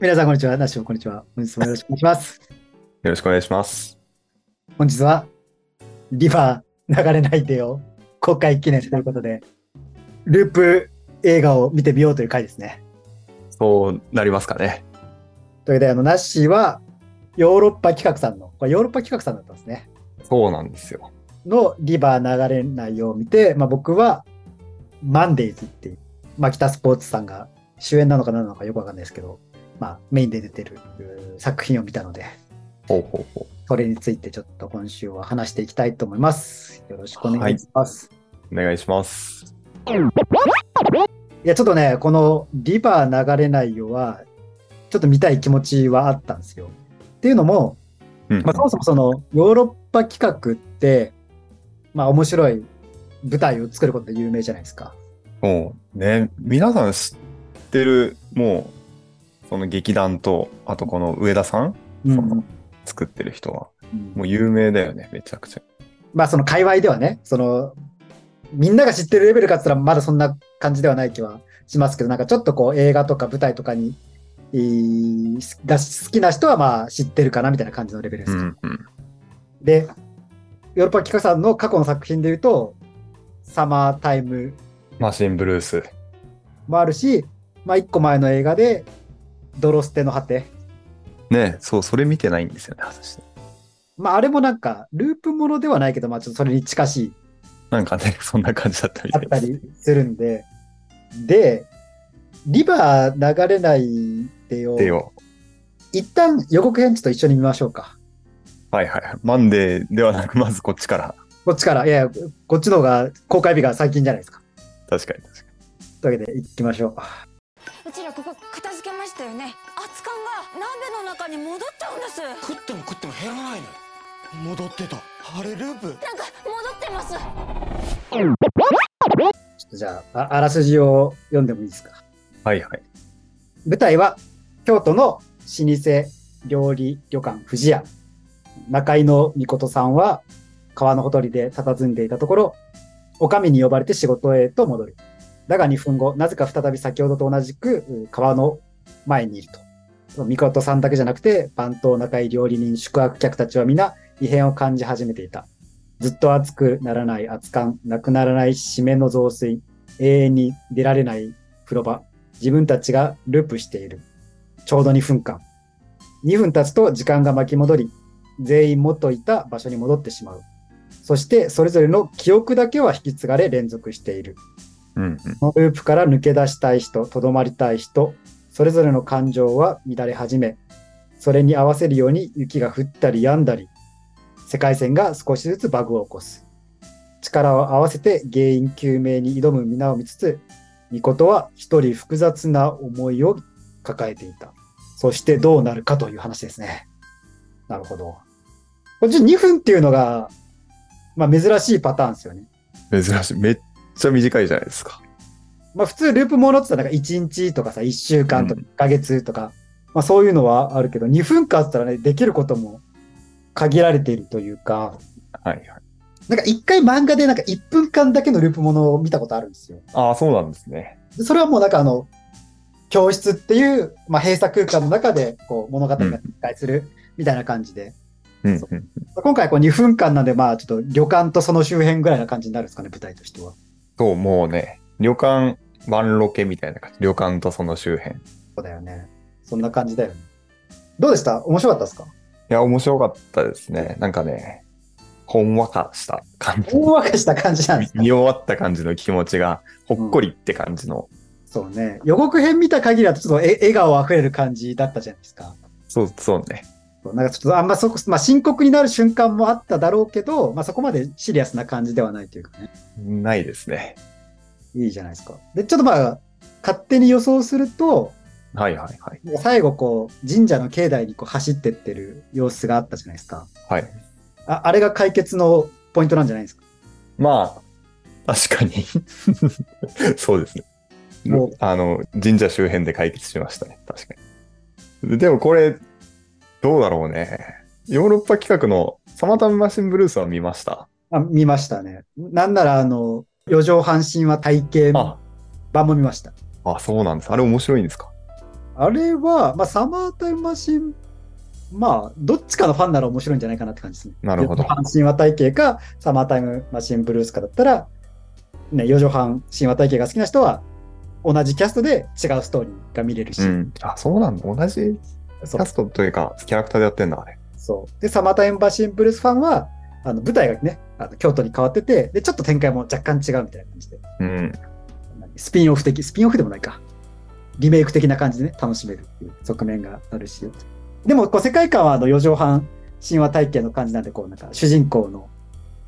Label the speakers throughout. Speaker 1: 皆さん、こんにちは。なしお、こんにちは。本日もよろしくお願いします。
Speaker 2: よろしくお願いします。
Speaker 1: 本日は、リバー流れないでよ、公開記念ということで、ループ映画を見てみようという回ですね。
Speaker 2: そうなりますかね。
Speaker 1: ということで、あの、ナッシーは、ヨーロッパ企画さんの、これヨーロッパ企画さんだったんですね。
Speaker 2: そうなんですよ。
Speaker 1: のリバー流れないようを見て、まあ、僕は、マンデイズっていう、まあ、北スポーツさんが主演なのか何なのかよくわかんないですけど、まあ、メインで出てるうー作品を見たので、
Speaker 2: ほうほうほ
Speaker 1: それについてちょっと今週は話していきたいと思います。よろしくお願いします。
Speaker 2: う。お願いします。
Speaker 1: いや、ちょっとね、このリバー流れないよは、ちょっと見たい気持ちはあったんですよ。っていうのも、
Speaker 2: うん
Speaker 1: まあ、そもそもそのヨーロッパ企画って、まあ面白い舞台を作ることで有名じゃないですか。
Speaker 2: もうね、皆さん知ってる、もう、その劇団と、あとこの上田さん
Speaker 1: うん
Speaker 2: そう作ってる人は、
Speaker 1: うん
Speaker 2: もう有名だよね、めちゃくちゃ。
Speaker 1: まあその界隈ではね、その、みんなが知ってるレベルかっつったらまだそんな感じではない気はしますけど、なんかちょっとこう映画とか舞台とかに、えーが好きな人はまあ知ってるかなみたいな感じのレベルです
Speaker 2: う
Speaker 1: けど
Speaker 2: んうん。
Speaker 1: で、ヨーロッパ企画さんの過去の作品で言うと、サマータイム
Speaker 2: マシンブルース。
Speaker 1: もあるし、まあ、一個前の映画で、ドロステの果て。
Speaker 2: ね、そう、それ見てないんですよね、私。
Speaker 1: まあ、あれもなんか、ループものではないけど、まあ、ちょっとそれに近しい、
Speaker 2: なんかね、 そんな感じだったみ
Speaker 1: あ
Speaker 2: た
Speaker 1: っ
Speaker 2: い
Speaker 1: た
Speaker 2: です。
Speaker 1: りするんで。で、リバー流れないでよ。
Speaker 2: でよ。
Speaker 1: 一旦予告編ちょっと一緒に見ましょうか。
Speaker 2: はいはいはい。マンデーではなく、まずこっちから。
Speaker 1: こっちから、いやいや、こっちの方が公開日が最近じゃないですか。
Speaker 2: 確かに確か
Speaker 1: というわけで、行きましょう。
Speaker 3: うちらここ片付けましたよね熱燗が鍋の中に戻っちゃうんですなんか
Speaker 4: 食っても食っても減らないのよ戻ってたあれループ
Speaker 3: 戻ってます
Speaker 1: ちょっとじゃあ、ああらすじを読んでもいいですか。
Speaker 2: に。はいはい。
Speaker 1: 舞台は京都の老舗料理旅館富士屋。中井の美琴さんは川のほとりで佇んでいたところ、お上に呼ばれて仕事へと戻る。だが2分後、なぜか再び先ほどと同じくう川の前にいると。美琴さんだけじゃなくて、番頭中井料理人宿泊客たちは皆異変を感じ始めていた。ずっと熱くならない熱燗、なくならない締めの増水、永遠に出られない風呂場、自分たちがループしている。ちょうど2分間。2分経つと時間が巻き戻り、全員元いた場所に戻ってしまう。そして、それぞれの記憶だけは引き継がれ連続している。
Speaker 2: うんうん。
Speaker 1: このループから抜け出したい人、とどまりたい人、それぞれの感情は乱れ始め、それに合わせるように雪が降ったり止んだり、世界線が少しずつバグを起こす。力を合わせて原因究明に挑む皆を見つつ、ミコトは一人複雑な思いを抱えていた。そしてどうなるかという話ですね。なるほど。こっち2分っていうのが、まあ珍しいパターンですよね。
Speaker 2: 珍しい。めっちゃ短いじゃないですか。
Speaker 1: まあ普通ループものって言ったらなんか1日とかさ、1週間とか
Speaker 2: う
Speaker 1: 1ヶ月とか、まあそういうのはあるけど、2分間って言ったらね、できることも限られているというか、
Speaker 2: はいはい。
Speaker 1: なんか一回漫画でなんか1分間だけのループものを見たことあるんですよ。
Speaker 2: ああ、そうなんですね。
Speaker 1: でそれはもうなんかあの、教室っていう、まあ、閉鎖空間の中でこう物語が展開するみたいな感じで、
Speaker 2: うん
Speaker 1: そ
Speaker 2: うん、
Speaker 1: 今回こう2分間なんで、まあちょっと旅館とその周辺ぐらいな感じになるんですかね、舞台としては。
Speaker 2: そう、もうね、旅館、ワンロケみたいな感じ。旅館とその周辺。い
Speaker 1: そうだよね。そんな感じだよね。どうでした面白かったですか
Speaker 2: や、面白かったですね。なんかね、ほんわかした感じ。
Speaker 1: 大分かした感じなんですか
Speaker 2: 見終わった感じの気持ちが、ほっこりって感じの。
Speaker 1: そうね。予告編見た限りだと、ちょっとえ笑顔あふれる感じだったじゃないですか。
Speaker 2: そう、そうね。
Speaker 1: そうなんかちょっとあんまそこ、まあ、深刻になる瞬間もあっただろうけど、まあ、そこまでシリアスな感じではないというかね。
Speaker 2: ないですね。
Speaker 1: いいじゃないですか。で、ちょっとまあ、勝手に予想すると、
Speaker 2: はいはいはい。
Speaker 1: 最後こう、神社の境内にこう走ってってる様子があったじゃないですか。
Speaker 2: はい。
Speaker 1: ああれが解決のポイントなんじゃないですか。
Speaker 2: まあ、確かに。 そうですね
Speaker 1: もう。
Speaker 2: あの、神社周辺で解決しましたね。確かに。でもこれ、どうだろうね。ヨーロッパ企画のサマータイムマシンブルースは見ました。
Speaker 1: あ見ましたね。なんなら、あの、四畳半身は体型
Speaker 2: あ、
Speaker 1: 版も見ました。
Speaker 2: あ、そうなんです。あれ面白いんですか。
Speaker 1: ああれは、まあ、サマータイムマシン、まあ、どっちかのファンなら面白いんじゃないかなって感じですね。
Speaker 2: なるほど
Speaker 1: 四畳半神話体系か、サマータイムマシンブルースかだったら、ね、4畳半神話体系が好きな人は、同じキャストで違うストーリーが見れるし、
Speaker 2: うん。あ、そうなんだ。同じキ
Speaker 1: そう
Speaker 2: ャストというか、キャラクターでやってんだ、あれ。
Speaker 1: そう。で、サマータイムマシンブルースファンは、あの舞台がね、あの京都に変わってて、で、ちょっと展開も若干違うみたいな感じで、
Speaker 2: うん。
Speaker 1: スピンオフ的、スピンオフでもないか。リメイク的な感じでね、楽しめるっていう側面があるし。でも、こう、世界観はあの、四畳半神話体系の感じなんで、こう、なんか、主人公の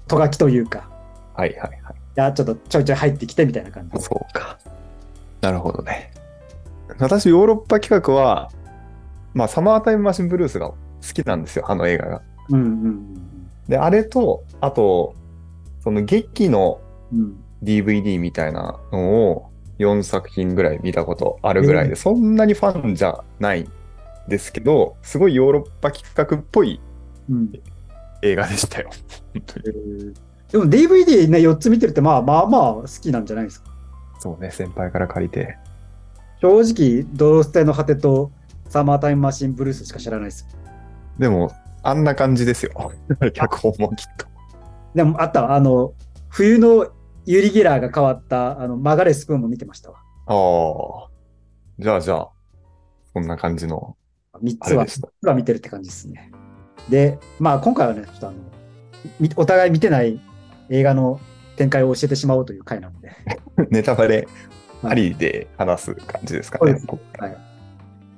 Speaker 1: トガキというか、
Speaker 2: はいはいはい
Speaker 1: や、ちょっとちょいちょい入ってきてみたいな感じ
Speaker 2: い。。そうか。なるほどね。私、ヨーロッパ企画は、まあ、サマータイムマシンブルースが好きなんですよ、あの映画が。
Speaker 1: うんうん
Speaker 2: で、あれと、あと、その劇の
Speaker 1: うん。うん。
Speaker 2: DVD みたいなのを4作品ぐらい見たことあるぐらいで、そんなにファンじゃないんですけど、すごいヨーロッパ企画っぽい
Speaker 1: うん。
Speaker 2: 映画でしたよ。本当に
Speaker 1: えーでも DVD ね、4つ見てるって、まあまあまあ好きなんじゃないですか。
Speaker 2: そうね、先輩から借りて。
Speaker 1: 正直、ドロステの果てとサマータイムマシンブルースしか知らないです。
Speaker 2: でも、あんな感じですよ。 脚本もきっと。
Speaker 1: でも、あったわあの、冬のユリ・ギラーが変わった、あの、曲がれスプーンも見てましたわ。
Speaker 2: ああ。じゃあじゃあ、こんな感じの、
Speaker 1: 3
Speaker 2: あ
Speaker 1: つ
Speaker 2: れ
Speaker 1: は
Speaker 2: で、した。
Speaker 1: は見てるって感じですね。で、まあ今回はね、ちょっとあの、みお互い見てない映画の展開を教えてしまおうという回なので、
Speaker 2: ネタバレありで話す感じですか
Speaker 1: そう
Speaker 2: ね。
Speaker 1: です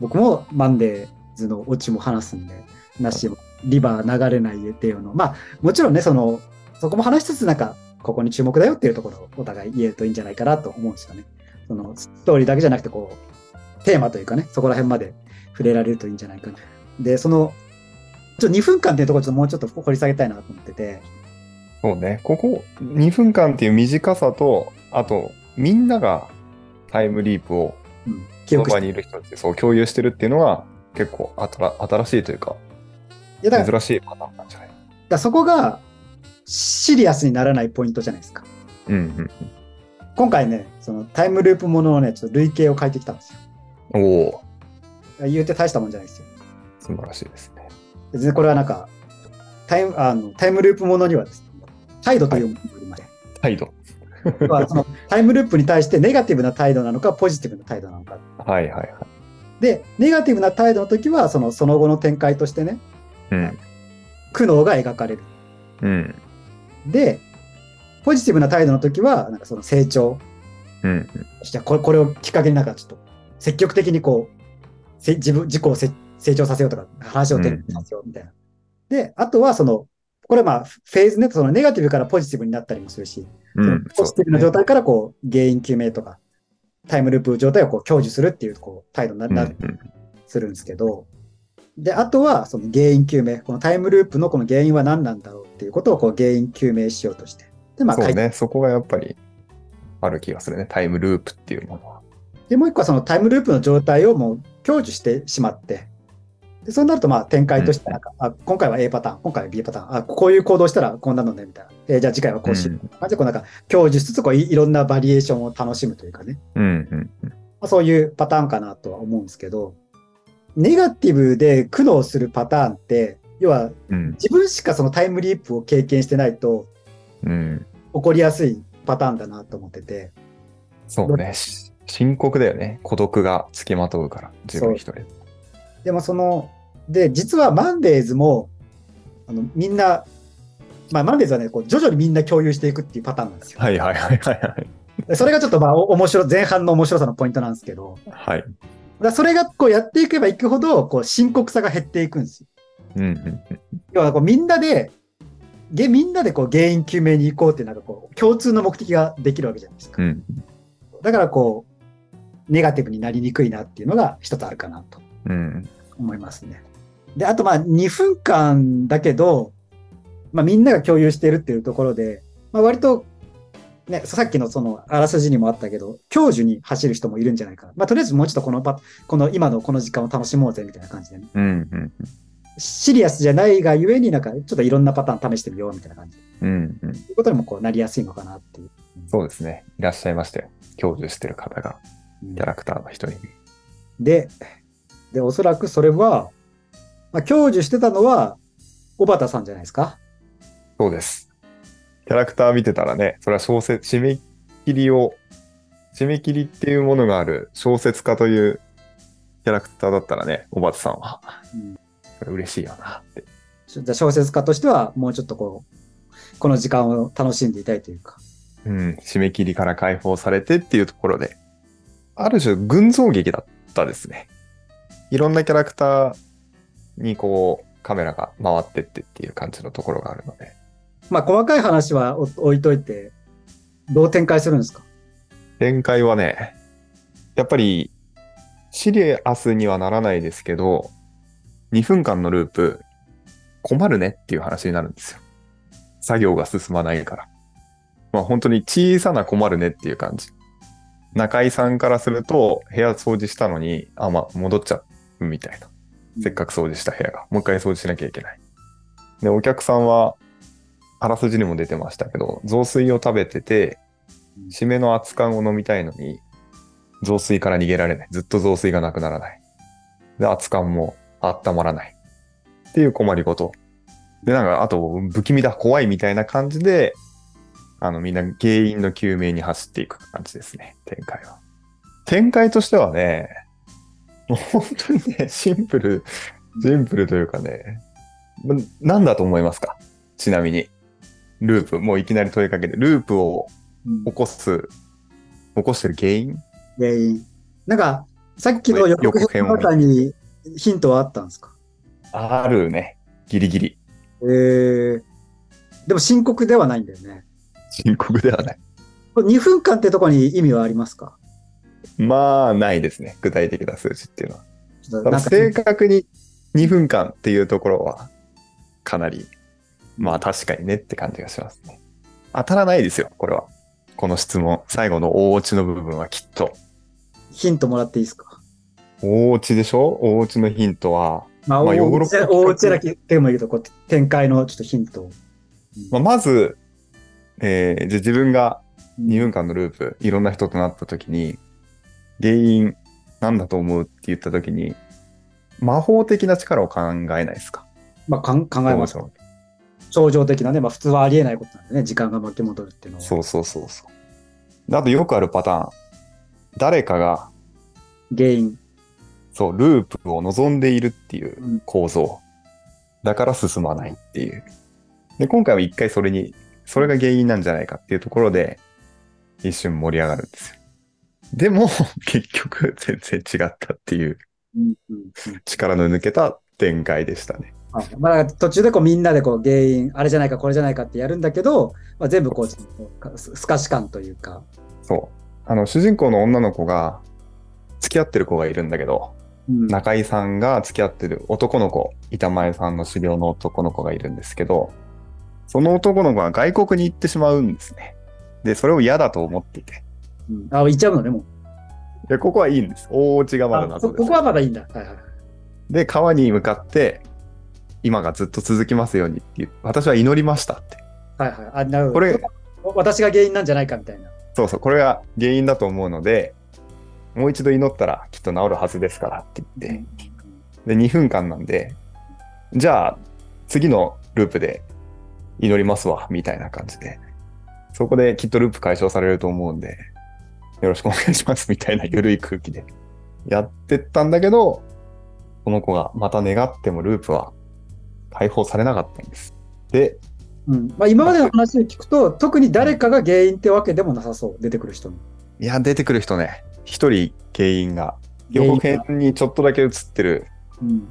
Speaker 1: 僕もマンデーズのオチも話すんで、なしも、リバー流れないでっていうのを、まあもちろんね、その、そこも話しつつ、なんか、ここに注目だよっていうところをお互い言えるといいんじゃないかなと思うんですよね。その、ストーリーだけじゃなくて、こう、テーマというかね、そこら辺まで触れられるといいんじゃないかな。で、その、ちょっと2分間っていうところをちょっともうちょっと掘り下げたいなと思ってて、
Speaker 2: そうね、ここ2分間っていう短さと、あと、みんながタイムリープを、
Speaker 1: うん、記
Speaker 2: その
Speaker 1: 憶し
Speaker 2: 場
Speaker 1: て。
Speaker 2: に
Speaker 1: い
Speaker 2: いる人たちでそう共有してるっていうのは、結構あたら新しいというか、
Speaker 1: やだからだか
Speaker 2: 珍しいパターンなんじゃない
Speaker 1: らそこがシリアスにならないポイントじゃないですか。
Speaker 2: うん
Speaker 1: 今回ね、そのタイムループもののね、ちょっと類型を変えてきたんですよ。
Speaker 2: うん。おお、
Speaker 1: 言うて大したもんじゃないですよ。
Speaker 2: 素晴らしいですね。
Speaker 1: 別にこれはなんか、タイムあのタイムループものにはですね、態度というものがありまして、
Speaker 2: 態度。
Speaker 1: まあそのタイムループに対してネガティブな態度なのか、ポジティブな態度なのか。
Speaker 2: はいはいはい。
Speaker 1: で、ネガティブな態度の時は、そのその後の展開としてね、
Speaker 2: うん。
Speaker 1: 苦悩が描かれる。
Speaker 2: うん。
Speaker 1: で、ポジティブな態度の時は、なんかその成長。
Speaker 2: うん。
Speaker 1: じゃあこれこれをきっかけになんかちょっと、積極的にこう、せ自分、自己をせ成長させようとか、話を展開させようみたいな。で、あとはその、これはまあ、フェーズね、そのネガティブからポジティブになったりもするし、
Speaker 2: うん。
Speaker 1: ポジティブな状態からこう、原因究明とか、タイムループ状態をこう享受するっていうこう態度にな,
Speaker 2: うん
Speaker 1: な、するんですけど、で、あとはその原因究明、このタイムループのこの原因は何なんだろうっていうことをこう原因究明しようとして、で、まあ、
Speaker 2: そう
Speaker 1: 解
Speaker 2: ね、そこがやっぱりある気がするね。タイムループっていうものは。
Speaker 1: で、もう一個はそのタイムループの状態をもう享受してしまって、でそうなるとまあ展開としてなんか、あ、今回は A パターン、今回は B パターン、あ、こういう行動したらこんなのね、みたいな。えーじゃあ次回はこうしよう。あじゃあこうなんか享受しつつこういいろんなバリエーションを楽しむというかね。
Speaker 2: うんうん
Speaker 1: まあ、そういうパターンかなとは思うんですけど、ネガティブで苦悩するパターンって、要は
Speaker 2: うん
Speaker 1: 自分しかそのタイムリープを経験してないと
Speaker 2: うんうん。
Speaker 1: 起こりやすいパターンだなと思ってて、
Speaker 2: そうね。し深刻だよね。孤独がつきまとうから、自分一人で。
Speaker 1: でもその、で、実はマンデーズも、あのみんな、まあ、マンデーズはね、こう徐々にみんな共有していくっていうパターンなんですよ。
Speaker 2: はいはいはいはいはい。
Speaker 1: でそれがちょっとまあ、お面白、前半の面白さのポイントなんですけど、
Speaker 2: はい。
Speaker 1: だからそれがこうやっていけばいくほど、こう深刻さが減っていくんですよ。
Speaker 2: うんうん
Speaker 1: 要はこうみんなで、げみんなでこう原因究明に行こうっていうなんかこう共通の目的ができるわけじゃないですか。
Speaker 2: うん
Speaker 1: だからこう、ネガティブになりにくいなっていうのが一つあるかなと
Speaker 2: うん。
Speaker 1: 思いますね。で、あとまあ2分間だけど、まあみんなが共有しているっていうところで、まあ割と、ね、さっきのそのあらすじにもあったけど、教授に走る人もいるんじゃないかな。まあとりあえずもうちょっとこのパ、この今のこの時間を楽しもうぜみたいな感じでね。
Speaker 2: うんうん
Speaker 1: シリアスじゃないがゆえになんかちょっといろんなパターン試してみようみたいな感じ。
Speaker 2: うんうん。
Speaker 1: ということにもこうなりやすいのかなっていう。
Speaker 2: そうですね。いらっしゃいましたよ。享受してる方が、
Speaker 1: うん
Speaker 2: キャラクターの一人に。
Speaker 1: で、で、おそらくそれは、まあ、享受してたのは、小畑さんじゃないですか。
Speaker 2: そうです。キャラクター見てたらね、それは小説、締め切りを、締め切りっていうものがある小説家というキャラクターだったらね、おばたさんは。
Speaker 1: うん
Speaker 2: それ嬉しいよなって。
Speaker 1: じゃあ小説家としては、もうちょっとこう、この時間を楽しんでいたいというか。
Speaker 2: うん、締め切りから解放されてっていうところで、ある種群像劇だったですね。いろんなキャラクターにこう、カメラが回ってってっていう感じのところがあるので。
Speaker 1: まあ、細かい話はお置いといて、どう展開するんですか
Speaker 2: 展開はね、やっぱりシリアスにはならないですけど、2分間のループ、困るねっていう話になるんですよ。作業が進まないから。まあ本当に小さな困るねっていう感じ。中井さんからすると、部屋掃除したのに、あ、まあ戻っちゃうみたいな。せっかく掃除した部屋が、もう一回掃除しなきゃいけない。で、お客さんは、あらすじにも出てましたけど、雑炊を食べてて、締めの熱燗を飲みたいのに、雑炊から逃げられない。ずっと雑炊がなくならない。で、熱燗も温まらない。っていう困りごと。で、なんか、あと、不気味だ、怖いみたいな感じで、あの、みんな原因の究明に走っていく感じですね、展開は。展開としてはね、もう本当にね、シンプル、シンプルというかね、ななんだと思いますかちなみに。ループ、もういきなり問いかけて、ループを
Speaker 1: うん
Speaker 2: 起こす、起こしてる原因
Speaker 1: 原因。なんか、さっきの予告編の中にヒントはあったんですか
Speaker 2: あるね。ギリギリ。
Speaker 1: えー、でも深刻ではないんだよね。
Speaker 2: 深刻ではない。
Speaker 1: これ2分間ってとこに意味はありますか
Speaker 2: まあ、ないですね。具体的な数字っていうのは。
Speaker 1: ちょっ
Speaker 2: た
Speaker 1: と
Speaker 2: だ
Speaker 1: なんか
Speaker 2: 正確に2分間っていうところは、かなり、まあ確かにねって感じがしますね。当たらないですよ、これは。この質問。最後の大落ちの部分はきっと。
Speaker 1: ヒントもらっていいですか
Speaker 2: 大落ちでしょ大落ちのヒントは、
Speaker 1: まあ、
Speaker 2: まあヨー
Speaker 1: 大
Speaker 2: ロッ
Speaker 1: 内
Speaker 2: パ
Speaker 1: 大内らきでもいいけど、こう展開のちょっとヒントを。
Speaker 2: まあ、まず、えーじゃあ自分が2分間のループ、いろんな人となった時に、原因、なんだと思うって言った時に、魔法的な力を考えないですか
Speaker 1: まあ、かん考えます。
Speaker 2: そう
Speaker 1: 症状的なね、まあ、普通はありえないことなんでね、時間が巻き戻るっていうのは。
Speaker 2: そうそうそうそうであとよくあるパターン。誰かが、
Speaker 1: 原因。
Speaker 2: そう、ループを望んでいるっていう
Speaker 1: うん
Speaker 2: 構造。だから進まないっていう。で、今回は一回それに、それが原因なんじゃないかっていうところで、一瞬盛り上がるんですよ。でも、 結局、全然違ったっていう、
Speaker 1: うんうんうん
Speaker 2: 力の抜けた展開でしたね。
Speaker 1: はいまあ、だから途中でこうみんなでこう原因、あれじゃないか、これじゃないかってやるんだけど、まあ、全部こうちょっとこうかすすかし感というか、
Speaker 2: そう。あの、主人公の女の子が、付き合ってる子がいるんだけど、
Speaker 1: うん
Speaker 2: 中井さんが付き合ってる男の子、板前さんの狩猟の男の子がいるんですけど、その男の子は外国に行ってしまうんですね。で、それを嫌だと思っていて。
Speaker 1: うんあ、いっちゃうのね、もう。
Speaker 2: いや、ここはいいんです。大落ちがまだ
Speaker 1: あ
Speaker 2: 謎
Speaker 1: こ
Speaker 2: です。
Speaker 1: ここはまだいいんだ。はいはいはい
Speaker 2: で、川に向かって、今がずっと続きますようにっていう、私は祈りましたって。
Speaker 1: はいはい。あ、なるほど。
Speaker 2: これ、
Speaker 1: 私が原因なんじゃないかみたいな。
Speaker 2: そうそう、これが原因だと思うので、もう一度祈ったらきっと治るはずですからって言って、で、2分間なんで、じゃあ、次のループで祈りますわ、みたいな感じで。そこできっとループ解消されると思うんで、よろしくお願いします、みたいな緩い空気でやってったんだけど、この子がまた願ってもループは解放されなかったんです。で、
Speaker 1: うんまあ、今までの話を聞くと、特に誰かが原因ってわけでもなさそう、出てくる人の。
Speaker 2: いや、出てくる人ね、一人原因が、予告
Speaker 1: 原
Speaker 2: 編
Speaker 1: 因が
Speaker 2: にちょっとだけ映ってる、
Speaker 1: うん、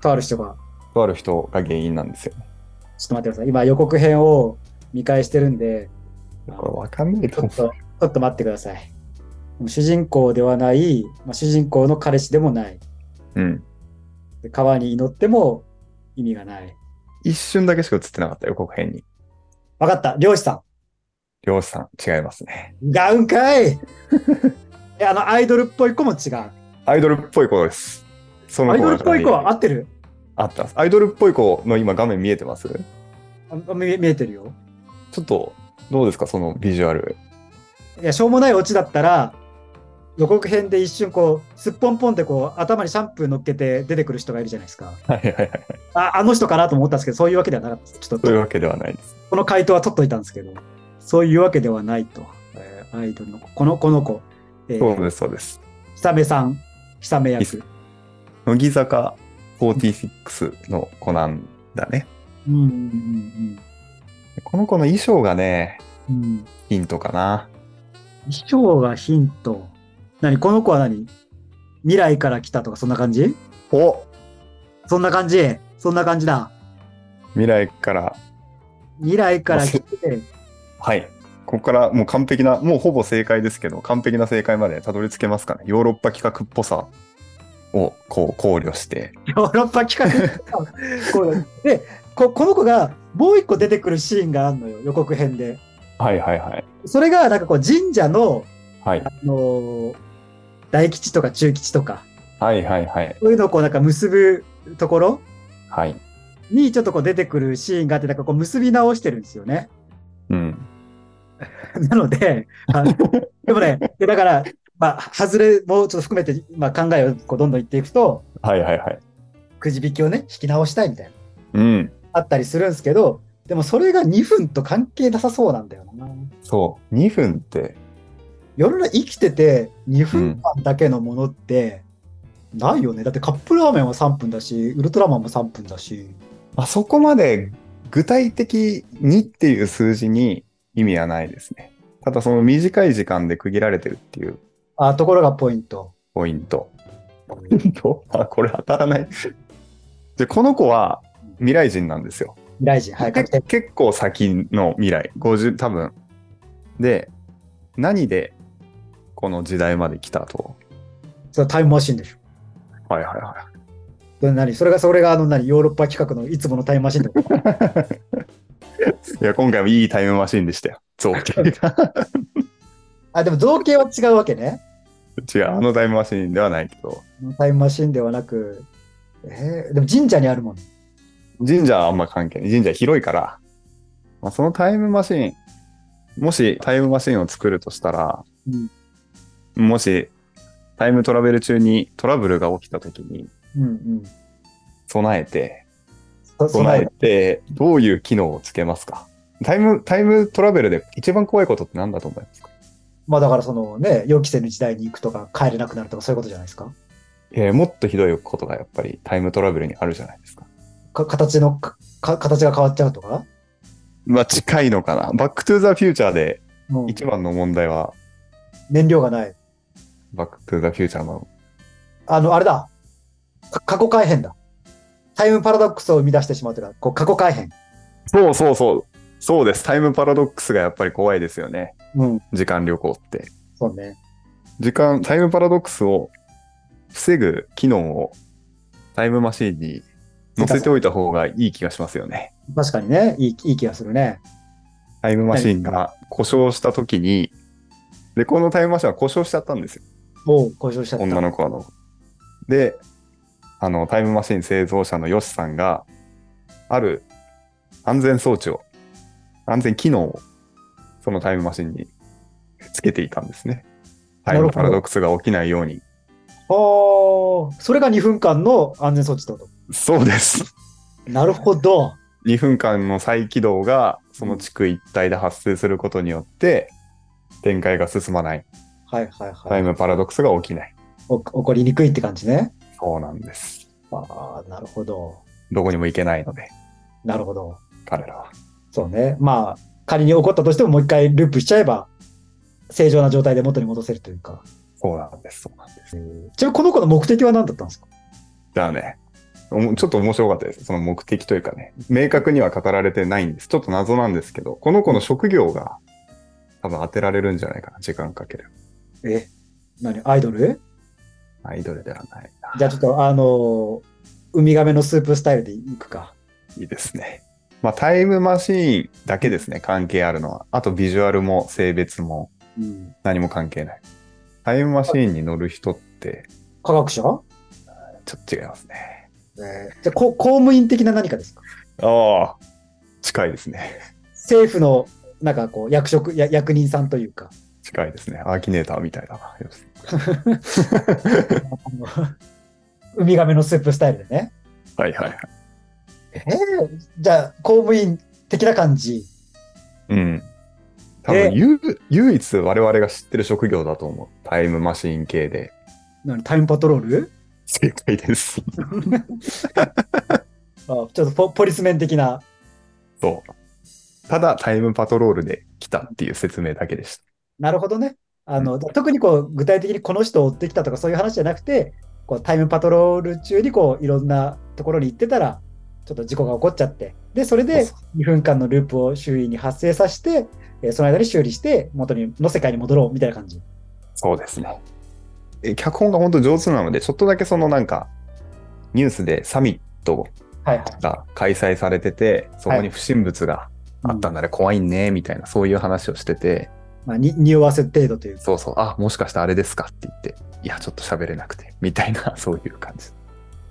Speaker 1: とある人が、
Speaker 2: とある人が原因なんですよね。
Speaker 1: ちょっと待ってください、今予告編を見返してるんで、
Speaker 2: これわかんない
Speaker 1: ち
Speaker 2: と
Speaker 1: ょ
Speaker 2: 思
Speaker 1: っとちょっと待ってください。主人公ではない、まあ、主人公の彼氏でもない、
Speaker 2: う。うん。
Speaker 1: で川に祈っても意味がない。
Speaker 2: 一瞬だけしか映ってなかった、予告編に。
Speaker 1: わかった、漁師さ
Speaker 2: 漁師さん、違いますね。
Speaker 1: ん。ダウンかい えあのアイドルっぽい子も違う。
Speaker 2: アイドルっぽい子です。その
Speaker 1: アイ
Speaker 2: 子
Speaker 1: ド
Speaker 2: が
Speaker 1: ルっぽい子は合
Speaker 2: あ
Speaker 1: ってる
Speaker 2: あったんです。アイドルっぽい子の今画面見えてますち
Speaker 1: あ見見えてるよ。
Speaker 2: ょっと、どうですか、そのビジュアル。
Speaker 1: いや、しょうもないオチだったら、予告編で一瞬こう、すっぽんぽんってこう、頭にシャンプー乗っけて出てくる人がいるじゃないですか。
Speaker 2: はいはいはい。
Speaker 1: あ、あの人かなと思ったんですけど、そういうわけではなかったです。ちょっ
Speaker 2: そういう
Speaker 1: と、
Speaker 2: わけではないです。
Speaker 1: この回答は取っといたんですけど、そういうわけではないと。えーアイドルの子、この子の子、えー
Speaker 2: そうです、そうです。
Speaker 1: 久米さん、久米
Speaker 2: いいっ
Speaker 1: 役
Speaker 2: す。乃木坂46の子なんだね。
Speaker 1: うんうん
Speaker 2: この子の衣装がね、
Speaker 1: うんうん。うん、
Speaker 2: ヒントかな。
Speaker 1: 衣装がヒント。何この子は何未来から来たとかそんな感じ
Speaker 2: お
Speaker 1: そんな感じそんな感じだ。
Speaker 2: 未来から、
Speaker 1: 未来から来て、
Speaker 2: はい。ここからもう完璧な、もうほぼ正解ですけど、完璧な正解までたどり着けますかね。ヨーロッパ企画っぽさをこう考慮して。
Speaker 1: ヨーロッパ企画 こうでこ、この子がもう一個出てくるシーンがあるのよ、予告編で。
Speaker 2: はいはいはい。
Speaker 1: それがなんかこう神社の、
Speaker 2: はい
Speaker 1: あ。のー大吉とか中吉とか、
Speaker 2: はいはいはい。
Speaker 1: そういうのをこうなんか結ぶところ
Speaker 2: はい。
Speaker 1: にちょっとこう出てくるシーンがあって、なんかこう結び直してるんですよね。
Speaker 2: うん。
Speaker 1: なので、あのでもね、でだから、まあ、外れもちょっと含めて、まあ、考えをこうどんどん言っていくと、
Speaker 2: はいはいはい。
Speaker 1: くじ引きをね、引き直したいみたいな、
Speaker 2: うん。
Speaker 1: あったりするんですけど、でもそれが2分と関係なさそうなんだよな。
Speaker 2: そう。2分って、
Speaker 1: 夜の生きてて2分間だけのものってないよね、だってカップラーメンは3分だしウルトラマンも3分だし
Speaker 2: あそこまで具体的にっていう数字に意味はないですね。ただその短い時間で区切られてるっていう
Speaker 1: あところがポイント
Speaker 2: ポイント。ポイントあ、これ当たらない。で、この子は未来人なんですよ。
Speaker 1: 未来人はい確定
Speaker 2: け結構先の未来50多分で何でこの時代まで来たと
Speaker 1: そのタイムマシンでしょ
Speaker 2: はいはいは
Speaker 1: それ何それがそれがあの何ヨーロッパ企画のいつものタイムマシンだ
Speaker 2: いいや今回もいいタイムマシンでしたよ造形が
Speaker 1: あでも造形は違うわけね
Speaker 2: 違うあのタイムマシンではないけど
Speaker 1: タイムマシンではなくえーでも神社にあるもん
Speaker 2: 神社はあんま関係ない神社広いから、まあ、そのタイムマシンもしタイムマシンを作るとしたら、もしタイムトラベル中にトラブルが起きた時に
Speaker 1: うんうん
Speaker 2: 備えて
Speaker 1: そ
Speaker 2: 備え
Speaker 1: そ
Speaker 2: て、どういう機能をつけますかタイム、タイムトラベルで一番怖いことって何だと思いますか
Speaker 1: まあだからそのね予期せぬ時代に行くとか帰れなくなるとかそういうことじゃないですか
Speaker 2: えーもっとひどいことがやっぱりタイムトラベルにあるじゃないですか。
Speaker 1: か形のかか形が変わっちゃうとか、
Speaker 2: まあ近いのかな。バックトゥーザフューチャーで
Speaker 1: うん
Speaker 2: 一番の問題は、
Speaker 1: 燃料がない
Speaker 2: バックトゥーザフューチャーの、
Speaker 1: あの、あれだ。か過去改変だ。タイムパラドックスを生み出してしまうというか、こう過去改変。
Speaker 2: そうそうそう。そうです。タイムパラドックスがやっぱり怖いですよね。
Speaker 1: うん。
Speaker 2: 時間旅行って。
Speaker 1: そうね。
Speaker 2: 時間、タイムパラドックスを防ぐ機能をタイムマシンに載せておいた方がいい気がしますよね。
Speaker 1: 確かにね、いいいい気がするね。
Speaker 2: タイムマシンが故障した時に、で、このタイムマシンは故障しちゃったんですよ。
Speaker 1: もう故障しち ゃった。
Speaker 2: 女の子はの。で、あの、タイムマシン製造者のヨシさんが、ある安全装置を、安全機能を、そのタイムマシンにつけていたんですね。タイムパラドックスが起きないように。
Speaker 1: はあ、それが2分間の安全装置ってこと。
Speaker 2: そうです。
Speaker 1: なるほど。
Speaker 2: 2分間の再起動が、その地区一帯で発生することによって、展開が進まない。
Speaker 1: はいはいはい。
Speaker 2: タイムパラドックスが起きない。
Speaker 1: お起こりにくいって感じね。
Speaker 2: そうなんです。
Speaker 1: ああ、なるほど。
Speaker 2: どこにも行けないので、
Speaker 1: なるほど。
Speaker 2: 彼らは。
Speaker 1: そうね。まあ、仮に起こったとしてももう一回ループしちゃえば、正常な状態で元に戻せるというか。
Speaker 2: そうなんです、そうなんです。
Speaker 1: ちなみにこの子の目的は何だったんですか
Speaker 2: じゃあね、おもちょっと面白かったです。その目的というかね、明確には語られてないんです。ちょっと謎なんですけど、この子の職業が多分当てられるんじゃないかな、時間かける。
Speaker 1: え何アイドル
Speaker 2: アイドルではないな。
Speaker 1: じゃあちょっとあのーウミガメのスープスタイルでいくか。
Speaker 2: いいですね。まあ、タイムマシーンだけですね、関係あるのは。あと、ビジュアルも性別も
Speaker 1: うん、
Speaker 2: 何も関係ない。タイムマシーンに乗る人って、
Speaker 1: 科学者、
Speaker 2: ちょっと違いますね。
Speaker 1: じゃあこ公務員的な何かですか
Speaker 2: ああ、近いですね。
Speaker 1: 政府のなんかこう役職や役人さんというか。
Speaker 2: 近いですね。アーキネーターみたいだな。
Speaker 1: あの ウミガメのスープスタイルでね。
Speaker 2: はいはいはい。
Speaker 1: えーじゃあ、公務員的な感じ。
Speaker 2: うん。多
Speaker 1: で
Speaker 2: 分、ゆ唯一我々が知ってる職業だと思う。タイムマシン系で。
Speaker 1: 何タイムパトロール
Speaker 2: 正解です。
Speaker 1: あちょっとポポリスメン的な。
Speaker 2: そう。ただ、タイムパトロールで来たっていう説明だけでした。
Speaker 1: なるほどね。あの特にこう具体的にこの人を追ってきたとかそういう話じゃなくて、こうタイムパトロール中にこういろんなところに行ってたら、ちょっと事故が起こっちゃって、でそれで
Speaker 2: そう
Speaker 1: 2分間のループを周囲に発生させて、えーその間に修理して、元にの世界に戻ろうみたいな感じ。
Speaker 2: そうですね。え脚本が本当上手なので、ちょっとだけそのなんか、ニュースでサミット
Speaker 1: はいはい。
Speaker 2: が開催されてて、そこ
Speaker 1: は
Speaker 2: に
Speaker 1: い
Speaker 2: 不審物があったんだね、怖いね、みたいな、そういう話をしてて、
Speaker 1: まあ、に匂わせ程度というか。
Speaker 2: そうそう、あ、もしかしてあれですかって言って、いや、ちょっと喋れなくて、みたいな、そういう感じ。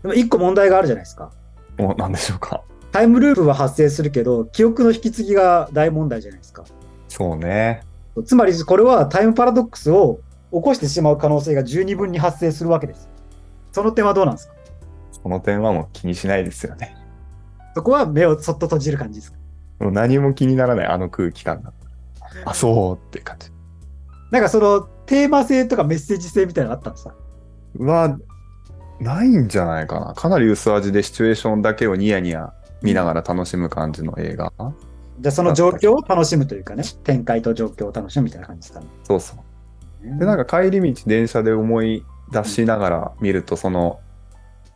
Speaker 1: でも一個問題があるじゃないですか。
Speaker 2: もう、なんでしょうか。
Speaker 1: タイムループは発生するけど、記憶の引き継ぎが大問題じゃないですか。
Speaker 2: そうね。
Speaker 1: つまりこれはタイムパラドックスを起こしてしまう可能性が十二分に発生するわけです。その点はどうなんですか
Speaker 2: その点はもう気にしないですよね。
Speaker 1: そこは目をそっと閉じる感じですか
Speaker 2: もう何も気にならない、あの空気感が。あ、そうって感じ。
Speaker 1: なんかそのテーマ性とかメッセージ性みたいなのがあったんですか
Speaker 2: は、ないんじゃないかな。かなり薄味でシチュエーションだけをニヤニヤ見ながら楽しむ感じの映画。
Speaker 1: じゃあその状況を楽しむというかね、展開と状況を楽しむみたいな感じですかね。
Speaker 2: そうそう。で、なんか帰り道電車で思い出しながら見ると、その、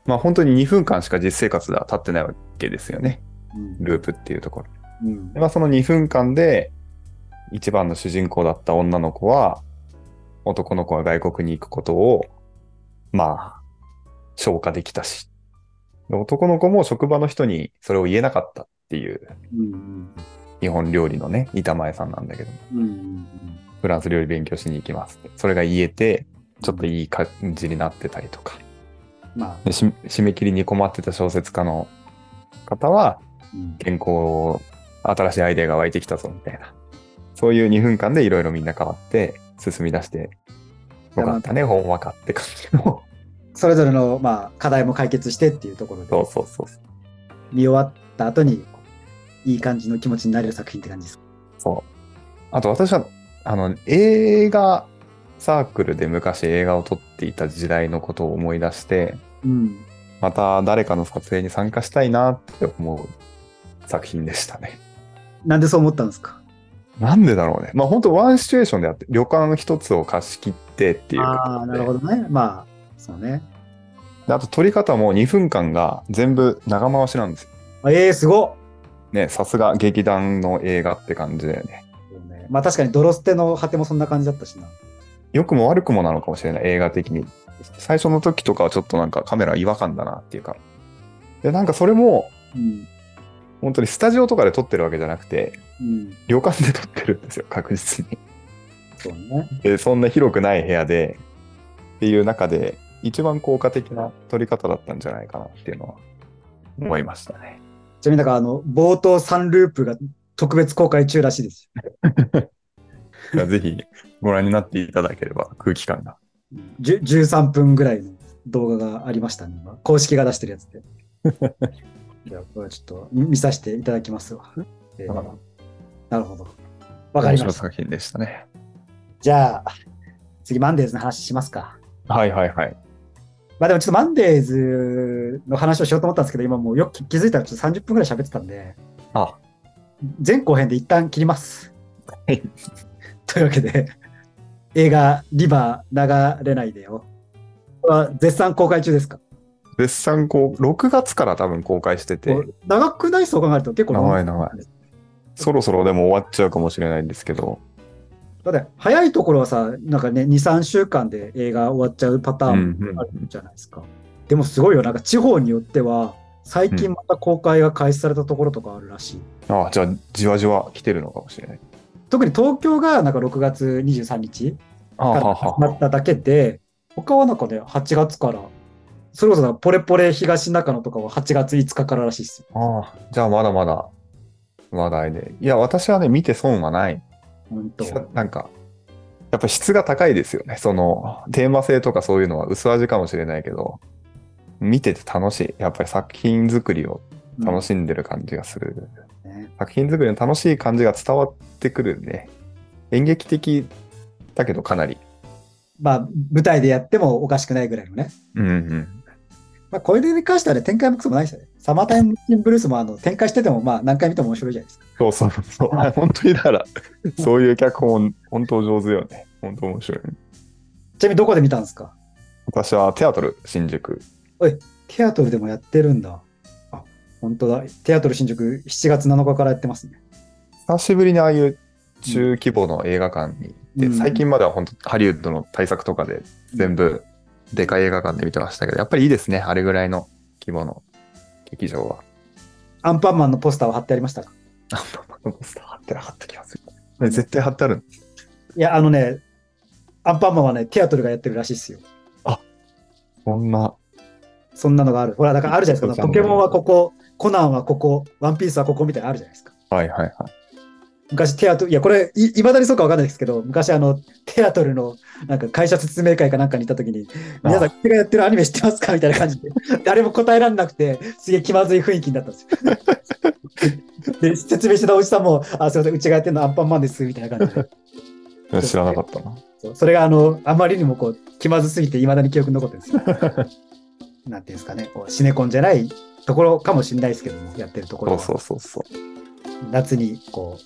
Speaker 2: まあ本当に2分間しか実生活では経ってないわけですよね。
Speaker 1: うん、
Speaker 2: ループっていうところ。
Speaker 1: うん
Speaker 2: で、まあその2分間で、一番の主人公だった女の子は、男の子が外国に行くことを、まあ、消化できたし。で男の子も職場の人にそれを言えなかったっていう、
Speaker 1: うん
Speaker 2: 日本料理のね、板前さんなんだけど、
Speaker 1: うんうん
Speaker 2: フランス料理勉強しに行きますって。それが言えて、ちょっといい感じになってたりとか。
Speaker 1: まあ、
Speaker 2: でし締め切りに困ってた小説家の方は、
Speaker 1: うん
Speaker 2: 原稿を新しいアイデアが湧いてきたぞみたいな。そういう2分間でいろいろみんな変わって進み出して、よかったね、ほんわかって感じの。
Speaker 1: それぞれの、まあ、課題も解決してっていうところ
Speaker 2: そ
Speaker 1: で
Speaker 2: う、そうそう。
Speaker 1: 見終わった後に、いい感じの気持ちになれる作品って感じですか
Speaker 2: そう。あと私は、あの、映画サークルで昔映画を撮っていた時代のことを思い出して、
Speaker 1: うん。
Speaker 2: また誰かの撮影に参加したいなって思う作品でしたね。
Speaker 1: なんでそう思ったんですか
Speaker 2: なんでだろうね。まあ本当ワンシチュエーションであって、旅館一つを貸し切ってっていうことで。
Speaker 1: ああ、なるほどね。まあ、そうね。
Speaker 2: であと撮り方も2分間が全部長回しなんですよ。
Speaker 1: あええすご
Speaker 2: ね、さすが劇団の映画って感じだよね。
Speaker 1: っ、まあ確かに、泥捨ての果てもそんな感じだったしな。
Speaker 2: 良くも悪くもなのかもしれない、映画的に。最初の時とかはちょっとなんかカメラ違和感だなっていうか。で、なんかそれも、
Speaker 1: うん。
Speaker 2: 本当にスタジオとかで撮ってるわけじゃなくて、
Speaker 1: うん。
Speaker 2: 旅館で撮ってるんですよ、確実に。
Speaker 1: そうね。
Speaker 2: で、そんな広くない部屋で、っていう中で、一番効果的な撮り方だったんじゃないかなっていうのは思いましたね。
Speaker 1: ちなみになんか、あの、冒頭3ループが特別公開中らしいですよ。
Speaker 2: だからぜひご覧になっていただければ空気感が。
Speaker 1: じゅ13分ぐらいの動画がありましたね。今公式が出してるやつ で。いや、これはちょっと見させていただきますわ。えー
Speaker 2: うん
Speaker 1: なるほど。わかりま
Speaker 2: 面白い
Speaker 1: した。
Speaker 2: 作品でしたね。
Speaker 1: じゃあ、次、マンデーズの話しますか。
Speaker 2: はいはいはい。
Speaker 1: まあでもちょっとマンデーズの話をしようと思ったんですけど、今もうよく気づいたらちょっと30分ぐらい喋ってたんで、
Speaker 2: あ、
Speaker 1: 前後編で一旦切ります。
Speaker 2: はい。
Speaker 1: というわけで、映画リバー流れないでよ。は絶賛公開中ですか
Speaker 2: 絶賛こう、6月から多分公開してて、
Speaker 1: 長くないそう考えると結構
Speaker 2: 長い長い。そろそろでも終わっちゃうかもしれないんですけど、
Speaker 1: だって早いところはさ、なんかね、2、3週間で映画終わっちゃうパターン
Speaker 2: うんうんうん
Speaker 1: もあるじゃないですか。でもすごいよ、なんか地方によっては、最近また公開が開始されたところとかあるらしい。
Speaker 2: あじゃあじわじわ来てるのかもしれない。
Speaker 1: 特に東京がなんか6月23日
Speaker 2: あ
Speaker 1: か
Speaker 2: は
Speaker 1: ら
Speaker 2: は
Speaker 1: 始まっただけで、他はなんかね、8月から、それこそなんかポレポレ東中野とかは8月5日かららしいっすよ。
Speaker 2: ああじゃあまだまだ話題で。いや、私はね、見て損はない。
Speaker 1: ほんと。
Speaker 2: なんか、やっぱ質が高いですよね。その、テーマ性とかそういうのは薄味かもしれないけど、見てて楽しい。やっぱり作品作りを楽しんでる感じがする。
Speaker 1: ね
Speaker 2: 作品作りの楽しい感じが伝わってくるね。演劇的だけどかなり。
Speaker 1: まあ、舞台でやってもおかしくないぐらいのね。
Speaker 2: うんうん。
Speaker 1: まあ、これに関してはね、展開もクソもないですよね。サマータイムシンブルースもあの展開してても、まあ、何回見ても面白いじゃないですか。
Speaker 2: そうそうそう。あ 本当にだから、そういう脚本、本当上手よね。本当面白い。
Speaker 1: ちなみにどこで見たんですか
Speaker 2: 私はテアトル、新宿。
Speaker 1: テアトルでもやってるんだ。あ、本当だ。テアトル新宿7月7日からやってますね。
Speaker 2: 久しぶりにああいう中規模の映画館に行って、
Speaker 1: うん
Speaker 2: 最近までは本当ハリウッドの対策とかで全部でかい映画館で見てましたけど、やっぱりいいですね。あれぐらいの規模の劇場は。
Speaker 1: アンパンマンのポスターを貼ってありましたか
Speaker 2: あんまこのポスター貼ってなかった気がする。ね絶対貼ってある。
Speaker 1: いや、あのね、アンパンマンはね、テアトルがやってるらしいですよ。
Speaker 2: そんな。
Speaker 1: そんなのがある。ほら、だからあるじゃないですか。
Speaker 2: そう
Speaker 1: ポ
Speaker 2: そうそ
Speaker 1: ケ
Speaker 2: う
Speaker 1: モンはここ、コナンはここ、ワンピースはここみたいなのあるじゃないですか。
Speaker 2: はいはいはい。
Speaker 1: 昔テアトル、いや、これ、いいまだにそうかわかんないですけど、昔あの、テアトルの、なんか会社説明会かなんかに行った時に、皆さん、これがやってるアニメ知ってますかみたいな感じで、 誰も答えられなくて、すげえ気まずい雰囲気になったんですよ。 で、説明してたおじさんも、あ、すいません、うちがやってるのアンパンマンです、みたいな感じで。
Speaker 2: あ知らなかったな。
Speaker 1: そうそれが、あの、あまりにもこう、気まずすぎて、いまだに記憶に残ってるんですよ。 なんていうんですかね、こうシネコンじゃないところかもしれないですけども、やってるところ
Speaker 2: そ
Speaker 1: は。
Speaker 2: うそうそうそう。
Speaker 1: 夏にこう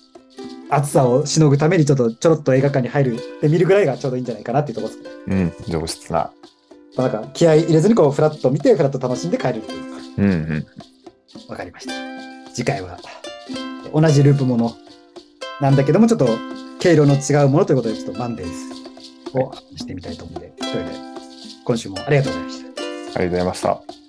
Speaker 1: 暑さをしのぐためにちょっとちょろっと映画館に入るで見るぐらいがちょうどいいんじゃないかなっていうところですね
Speaker 2: うん、上質な。
Speaker 1: まあなんか気合い入れずにこうフラッと見てフラッと楽しんで帰れるというか
Speaker 2: うんうん。
Speaker 1: わかりました次回は同じループものなんだけどもちょっと経路の違うものということでちょっとマンデーズをしてみたいと思うんでというわけで今週もありがとうございました
Speaker 2: ありがとうございました。